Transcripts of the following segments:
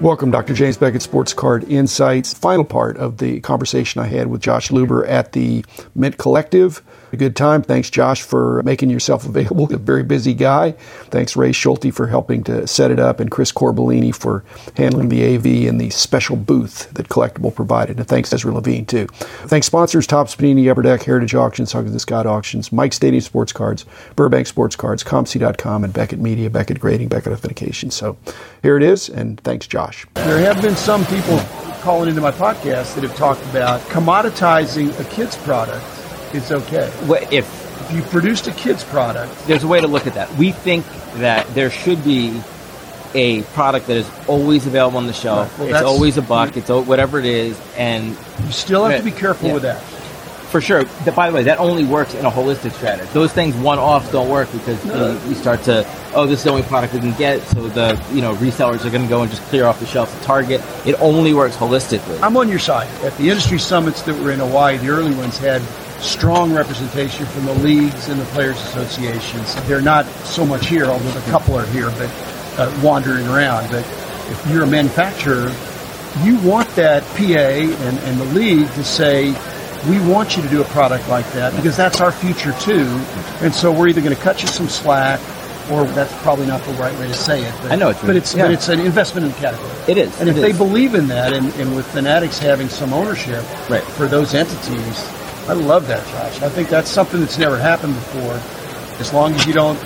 Welcome, Dr. James Beckett, Sports Card Insights. Final part of the conversation I had with Josh Luber at the Mint Collective. A good time. Thanks, Josh, for making yourself available. A very busy guy. Thanks, Ray Schulte, for helping to set it up, and Chris Corbellini for handling the AV and the special booth that Collectible provided. And thanks, Ezra Levine, too. Thanks, sponsors Top Spinini, Upper Deck, Heritage Auctions, Huggins the Scott Auctions, Mike Stadium Sports Cards, Burbank Sports Cards, ComC.com, and Beckett Media, Beckett Grading, Beckett Authentication. So here it is, and thanks, Josh. There have been some people calling into my podcast that have talked about commoditizing a kid's product. It's okay. What if If you produced a kid's product, there's a way to look at that? We think that there should be a product that is always available on the shelf. Right. Well, it's that's- always a buck. It's o- whatever it is, and you still have to be careful Yeah. with that. for sure. th- By the way, that only works in a holistic strategy. Those things one off don't work because you, know, you start to oh, this is the only product we can get. So the you know resellers are going to go and just clear off the shelf at Target. It only works holistically. I'm on your side. At the industry summits that were in Hawaii, the early ones had strong representation from the leagues and the players' associations. They're not so much here, although a couple are here, but uh, wandering around. But if you're a manufacturer, you want that PA and, and the league to say, we want you to do a product like that because that's our future too. And so we're either going to cut you some slack, or that's probably not the right way to say it. But, I know what you but mean. it's but Yeah. it's an investment in the category. It is. And if It they is. believe in that, and, and with Fanatics having some ownership Right. for those entities, I love that, Josh. I think that's something that's never happened before. As long as you don't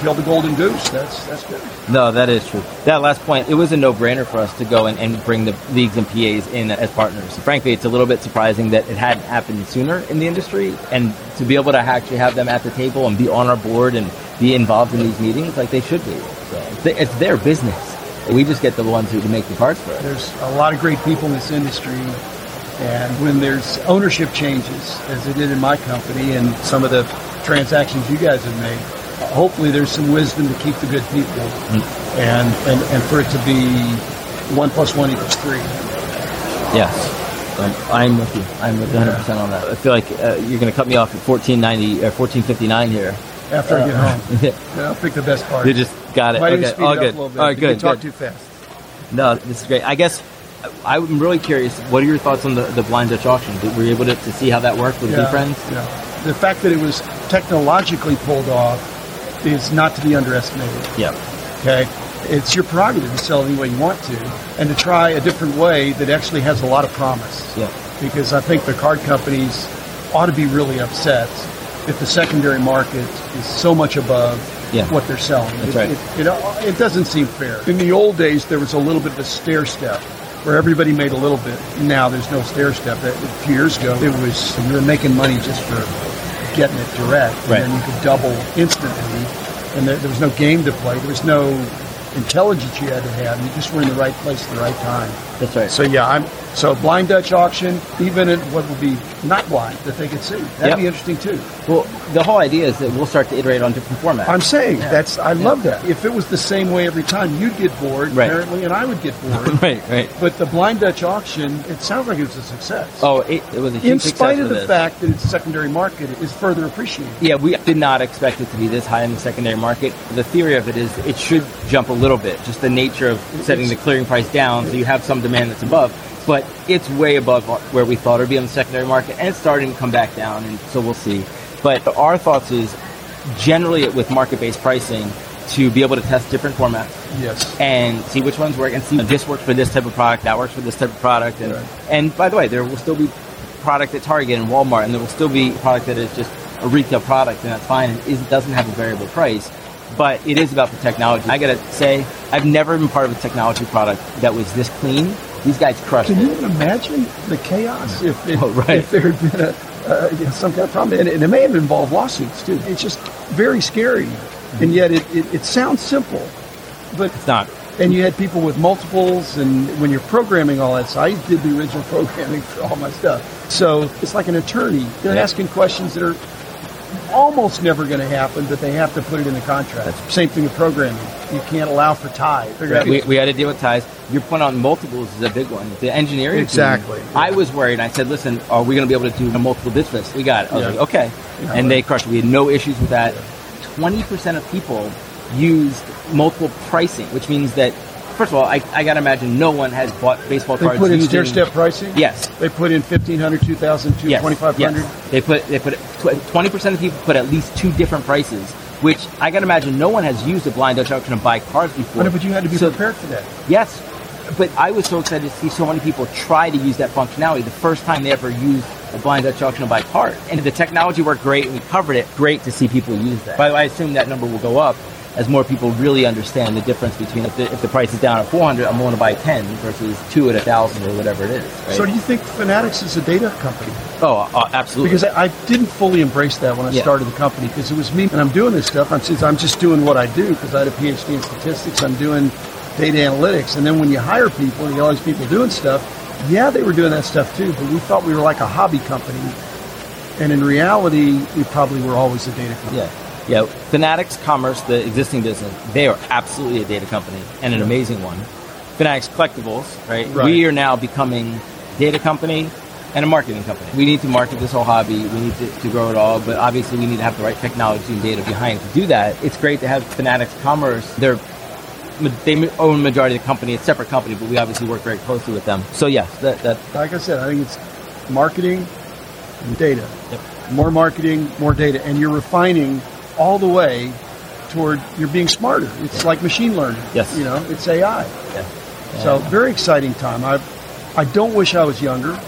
kill the golden goose, that's that's good. No, that is true. That last point, it was a no-brainer for us to go and, and bring the leagues and PAs in as partners. Frankly, it's a little bit surprising that it hadn't happened sooner in the industry, and to be able to actually have them at the table and be on our board and be involved in these meetings like they should be. So it's, th- it's their business. We just get the ones who can make the parts for it. There's a lot of great people in this industry, and when there's ownership changes, as it did in my company, and some of the transactions you guys have made, uh, hopefully there's some wisdom to keep the good people, and, and and for it to be one plus one equals three. Yes. Um, I'm with you. I'm with you 100% on that. I feel like uh, you're going to cut me off at 1490 or 1459 here. After I get home. Yeah, I'll pick the best part. you just got it. Why don't you okay, speed all it good. up a little bit? All right, You can good. talk good. too fast. No, this is great. I guess I- I'm really curious. What are your thoughts on the, the blind Dutch auction? Did, were you able to, to see how that worked with your friends? Yeah. The fact that it was technologically pulled off is not to be underestimated. Yeah. Okay, it's your prerogative to sell any way you want to, and to try a different way that actually has a lot of promise. Yeah. Because I think the card companies ought to be really upset if the secondary market is so much above Yeah. what they're selling. it, That's right. It, you know, it doesn't seem fair. In the old days, there was a little bit of a stair step where everybody made a little bit. Now there's no stair step. That- A few years ago, it was you were making money just for getting it direct, Right. and then you could double instantly, and there, there was no game to play. There was no intelligence you had to have. You just were in the right place at the right time. That's right. So yeah, I'm so blind Dutch auction, even at what would be not blind that they could see. That'd Yep. be interesting too. well, the whole idea is that we'll start to iterate on different formats. I'm saying that's I love that. If it was the same way every time, you'd get bored Right. apparently, and I would get bored. right, right. but the blind Dutch auction, it sounds like it was a success. Oh, it, it was a huge in success spite of with the this. fact that its secondary market is further appreciated. Yeah, we did not expect it to be this high in the secondary market. The theory of it is it should jump a little bit, just the nature of setting the clearing price down so you have some demand that's above. But it's way above where we thought it would be on the secondary market, and it's starting to come back down, and so we'll see. But our thoughts is generally with market based pricing to be able to test different formats Yes. and see which ones work and see this works for this type of product, that works for this type of product. And, Right. and by the way, there will still be product at Target and Walmart, and there will still be product that is just a retail product, and that's fine, and is, doesn't have a variable price. But it is about the technology. I gotta say, I've never been part of a technology product that was this clean. These guys crushed Can it. you imagine the chaos if, if, Oh, right. if there had been a, uh, you know, some kind of problem? And, and it may have involved lawsuits, too. It's just very scary. Mm-hmm. And yet it, it, it sounds simple. But It's not. And you had people with multiples, and when you're programming all that, so I did the original programming for all my stuff. So it's like an attorney. They're Yeah. asking questions that are almost never going to happen, but they have to put it in the contract. Same thing with programming. You can't allow for tie. Figure out- We, we had to deal with ties. Your point on multiples is a big one. The engineering team, Exactly. I was worried. I said, "Listen, are we going to be able to do a multiple ditch list?" We got it. I was Yeah. like, "Okay," and they crushed it. We had no issues with that. Twenty percent of people used multiple pricing, which means that first of all, I, I gotta imagine no one has bought baseball They cards. put in using- stair step pricing. Yes. They put in 1500 2000 Yes, 2500 yes. They put they put twenty percent of people put at least two different prices, which I gotta imagine no one has used a blind Dutch auction to buy cars before. But you had to be So- prepared for that. Yes, but I was so excited to see so many people try to use that functionality the first time they ever used a blind Dutch auction to buy cars. And the technology worked great and we covered it. Great to see people use that. By the way, I assume that number will go up as more people really understand the difference between if the, if the price is down at 400, I'm willing to buy 10 versus two at 1,000 or whatever it is. right? So do you think Fanatics is a data company? oh, uh, absolutely. Because I, I didn't fully embrace that when I Yeah. started the company because it was me and I'm doing this stuff. I'm just, I'm just doing what I do because I had a PhD in statistics. I'm doing data analytics. And then when you hire people and you get all these people doing stuff, yeah, they were doing that stuff too, but we thought we were like a hobby company. And in reality, we probably were always a data company. Yeah. Yeah. Fanatics Commerce, the existing business, they are absolutely a data company and an amazing one. Fanatics Collectibles, right? Right. We are now becoming a data company and a marketing company. We need to market this whole hobby. We need to, to grow it all, but obviously we need to have the right technology and data behind to do that. It's great to have Fanatics Commerce. They're they own majority of the company. It's a separate company, but we obviously work very closely with them. So yes, that, that Like I said, I think it's marketing and data. Yep. More marketing, more data. And you're refining all the way toward you're being smarter. It's like machine learning. Yes. You know, it's AI. yeah. So very exciting time. I I don't wish I was younger,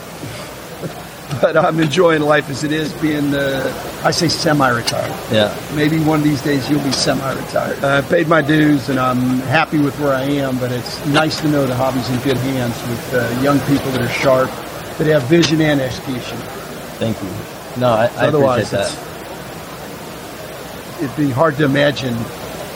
but I'm enjoying life as it is. Being uh, I say semi-retired. yeah. Maybe one of these days you'll be semi-retired. Uh, I paid my dues and I'm happy with where I am. But it's nice to know the hobby's in good hands with uh, young people that are sharp, that have vision and execution. Thank you. No, I, I Otherwise, appreciate that. It'd be hard to imagine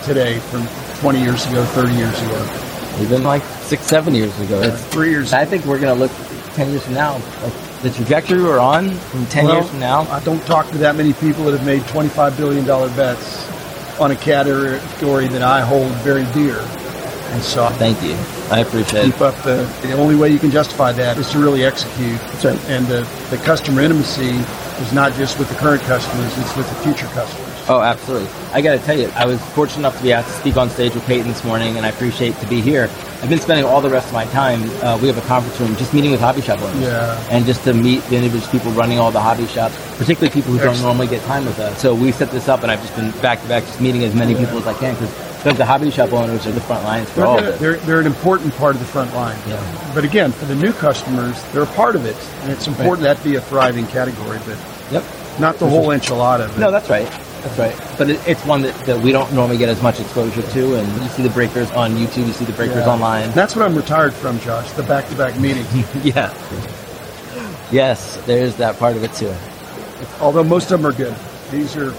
today from 20 years ago, 30 years ago, even like six, seven years ago. It's- three years. I think we're gonna look ten years from now. Like the trajectory we're on from ten Well, years from now. I don't talk to that many people that have made $25 billion bets on a category that I hold very dear. And so I Thank you. I appreciate it. keep up the, the only way you can justify that is to really execute. right. And the, the customer intimacy is not just with the current customers, it's with the future customers. Oh, absolutely. I got to tell you, I was fortunate enough to be asked to speak on stage with Peyton this morning, and I appreciate to be here. I've been spending all the rest of my time. Uh, we have a conference room, just meeting with hobby shop owners, Yeah. and just to meet the individual people running all the hobby shops, particularly people who don't Excellent. normally get time with us. So we set this up, and I've just been back to back, just meeting as many people as I can because the hobby shop owners are the front lines for They're, all of gonna- this. they're, they're an important part of the front line. Yeah. But again, for the new customers, they're a part of it. And it's important that be a thriving category, but Yep. not the whole enchilada. but- No, that's right. That's right. But it, it's one that, that we don't normally get as much exposure to. And you see the breakers on YouTube, you see the breakers Yeah. online. That's what I'm retired from, Josh, the back-to-back meetings. yeah. Yes, there's that part of it too. although most of them are good. These are,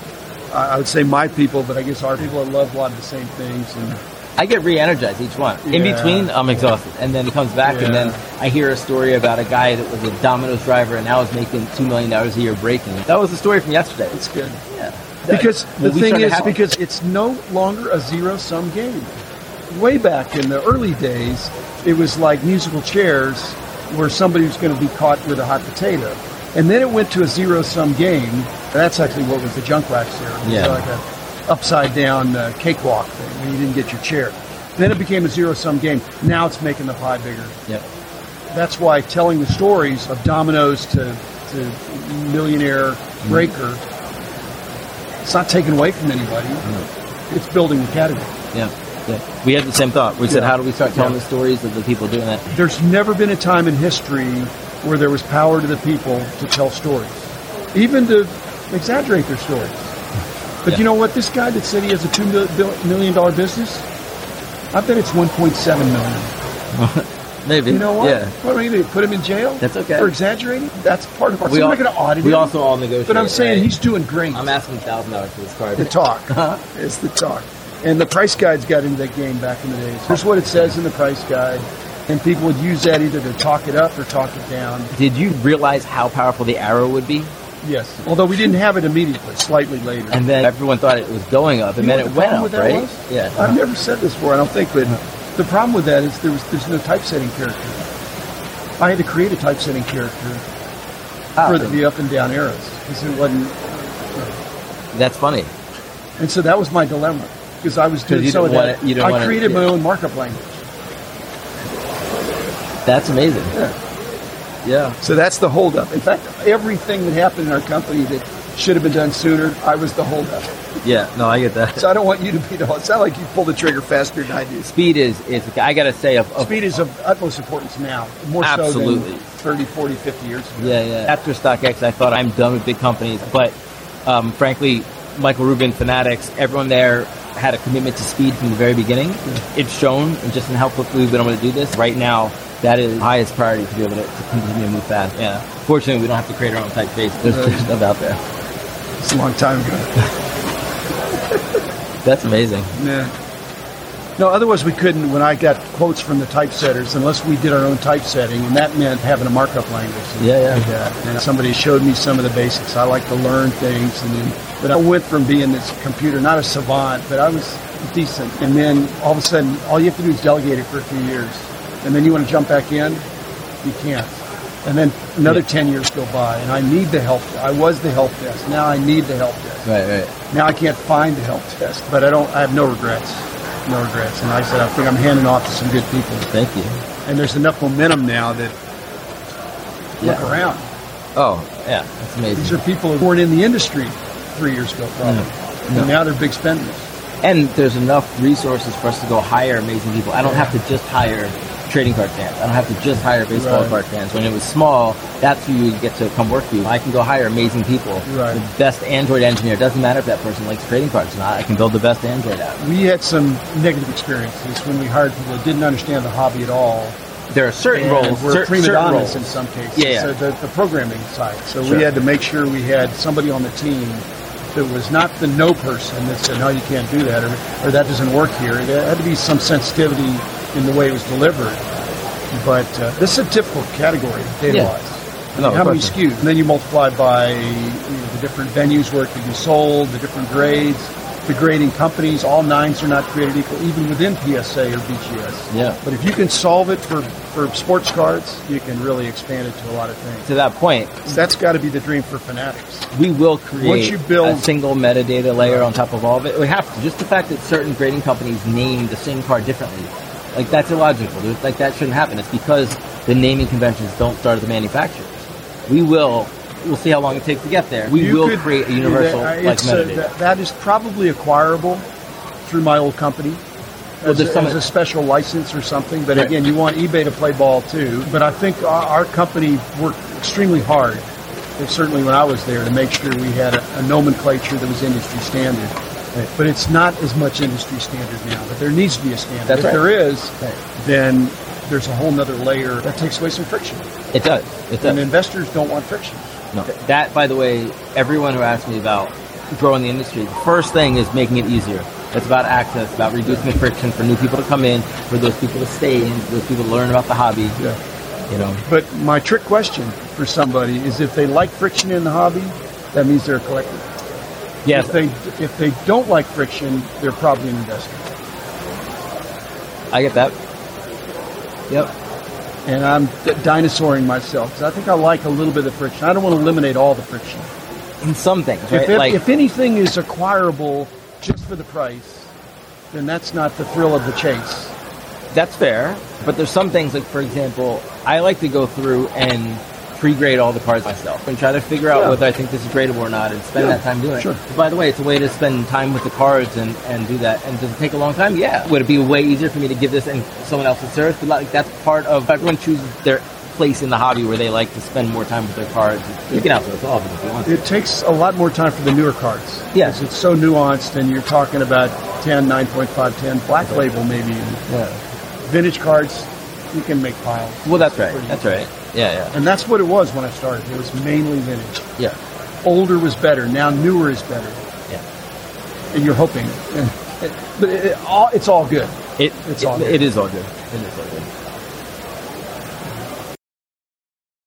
I I would say, my people, but I guess our people love a lot of the same things. And I get re-energized each one. In Yeah. between, I'm exhausted, and then it comes back, and Yeah. then I hear a story about a guy that was a Domino's driver and now is making two million dollars a year breaking. That was the story from yesterday. it's good Yeah. because Well, the we thing started is, out- because it's no longer a zero-sum game. Way back in the early days, it was like musical chairs, where somebody was going to be caught with a hot potato, and then it went to a zero-sum game. That's actually what was the junk wax era. It was Yeah. like a upside-down uh, cakewalk thing, where you didn't get your chair. Then it became a zero-sum game. Now it's making the pie bigger. Yep. that's why telling the stories of dominoes to, to millionaire Mm-hmm. breaker, it's not taken away from anybody. Mm-hmm. It's building the category. Yeah. Yeah. We had the same thought. We said, Yeah. how do we start telling Yeah. the stories of the people doing that? There's never been a time in history where there was power to the people to tell stories, even to exaggerate their stories. But Yeah. you know what? This guy that said he has a two mil- bill- million dollar business, I bet it's 1.7 million. Maybe. You know what? Yeah. What do we do? Put him in jail? That's okay. For exaggerating? That's part of our. We We so all- all, not going to audit We him. also all negotiate. But I'm saying right? he's doing great. I'm asking thousand dollars for this the card. talk. It's the talk. And the price guides got into that game back in the days. Here's what it says in the price guide. And people would use that either to talk it up or talk it down. Did you realize how powerful the arrow would be? Yes. Although we didn't have it immediately, slightly later. And then everyone thought it was going up, and You know what then it the went problem up, with that right? was? Yeah. I've never said this before, I don't think, but the problem with that is there was there's no typesetting character. I had to create a typesetting character Ah, for the up and down arrows because it wasn't that's funny. And so that was my dilemma because I was doing you so didn't of that. wanna- you didn't I wanna- created my yeah. own markup language. That's amazing. Yeah. So that's the holdup. In fact, everything that happened in our company that should have been done sooner, I was the holdup. Yeah. No, I get that. So I don't want you to be the holdup. It's not like you pulled the trigger faster than I did. Speed is, is I got to say, of, of Speed is of utmost importance now, more so Absolutely. than 30, 40, 50 years ago. Yeah, yeah. After StockX, I thought I'm done with big companies, but um, frankly, Michael Rubin, Fanatics, everyone there had a commitment to speed from the very beginning. It's shown, and just in how quickly we've been able to do this. Right now, that is the highest priority to be able to, to continue to move fast. Yeah. Fortunately, we don't have to create our own typeface. There's plenty of stuff out there. It's a long time ago. That's amazing. Yeah. No, otherwise we couldn't. When I got quotes from the typesetters, unless we did our own typesetting, and that meant having a markup language. and Yeah, yeah. like that. And somebody showed me some of the basics. I like to learn things, and then but I went from being this computer, not a savant, but I was decent. And then all of a sudden, all you have to do is delegate it for a few years, and then you want to jump back in, you can't. And then another ten years go by, and I need the help. I was the help desk. Now I need the help desk. Right, right. Now I can't find the help desk, but I don't. I have no regrets, no regrets. And I said I think I'm handing off to some good people. Thank you. And there's enough momentum now that look Yeah. around. Oh, yeah. That's amazing. These are people who weren't in the industry three years ago, probably. And now they're big spenders. And there's enough resources for us to go hire amazing people. I don't have to just hire trading card fans. I don't have to just hire baseball Right. card fans. When it was small, that's who you get to come work for you. I can go hire amazing people. Right. The best Android engineer. Doesn't matter if that person likes trading cards or not. I can build the best Android app. We had some negative experiences when we hired people that didn't understand the hobby at all. There are certain and roles. were cer- prima certain donnas roles. in some cases. Yeah, yeah. So the, the programming side. So Sure. we had to make sure we had somebody on the team that was not the no person that said, no, you can't do that, or, or that doesn't work here. There had to be some sensitivity in the way it was delivered. But uh, this is a difficult category, Yeah. data-wise. No, How many question. SKUs? And then you multiply by you know, the different venues where it could be sold, the different grades, the grading companies. All nines are not created equal, even within PSA or BGS. Yeah. But if you can solve it for, for sports cards, you can really expand it to a lot of To things. that point, That's got to be the dream for fanatics. we will create Once you build- a single metadata layer on top of all of it. We have to. Just the fact that certain grading companies name the same card differently, like that's illogical. There's- Like that shouldn't happen. It's because the naming conventions don't start at the manufacturers. We will. We'll see how long it takes to get there. We You will could- create a universal that- like it's uh, a- metadata. that- that is probably acquirable through my old company. As, there's a, some- as a special license or something, but Right. again, you want eBay to play ball too. But I think our, our company worked extremely hard, and certainly when I was there, to make sure we had a, a nomenclature that was industry standard. But it's not as much industry standard now. But there needs to be a standard. That's if right. there is, Right. then there's a whole nother layer that takes away some friction. it does. It does. And investors don't want friction. No. That, by the way, everyone who asks me about growing the industry, the first thing is making it easier. It's about access, about reducing the friction for new people to come in, for those people to stay in, for those people to learn about the hobby. Yeah. You know, But my trick question for somebody is if they like friction in the hobby, that means they're a collector. yes, If they if they don't like friction, they're probably an investor. I get that. Yep. And I'm d- dinosauring myself 'cause I think I like a little bit of friction. I don't want to eliminate all the friction. In some things, If, right? if, like, if anything is acquirable just for the price, then that's not the thrill of the chase. that's fair. But there's some things, like, for example, I like to go through and pre-grade all the cards myself and try to figure out Yeah. whether I think this is gradable or not and spend Yeah, that time doing sure. it. By the way, it's a way to spend time with the cards and, and do that. And does it take a long time? Yeah. Would it be way easier for me to give this and someone else's service? But like that's part of everyone chooses their place in the hobby where they like to spend more time with their cards. You can outsource all of it if you want. It takes a lot more time for the newer cards. Yeah. 'Cause It's so nuanced and you're talking about 10, 9.5, 10, black label maybe. Yeah. Vintage cards, you can make piles. Well, that's right. That's right. Yeah, And that's what it was when I started. It was mainly vintage. yeah, yeah, Older was better. Now newer is better. yeah. And you're hoping. And- but it, it all, it's all good. It, It's it- all good. it is all good. It is all good.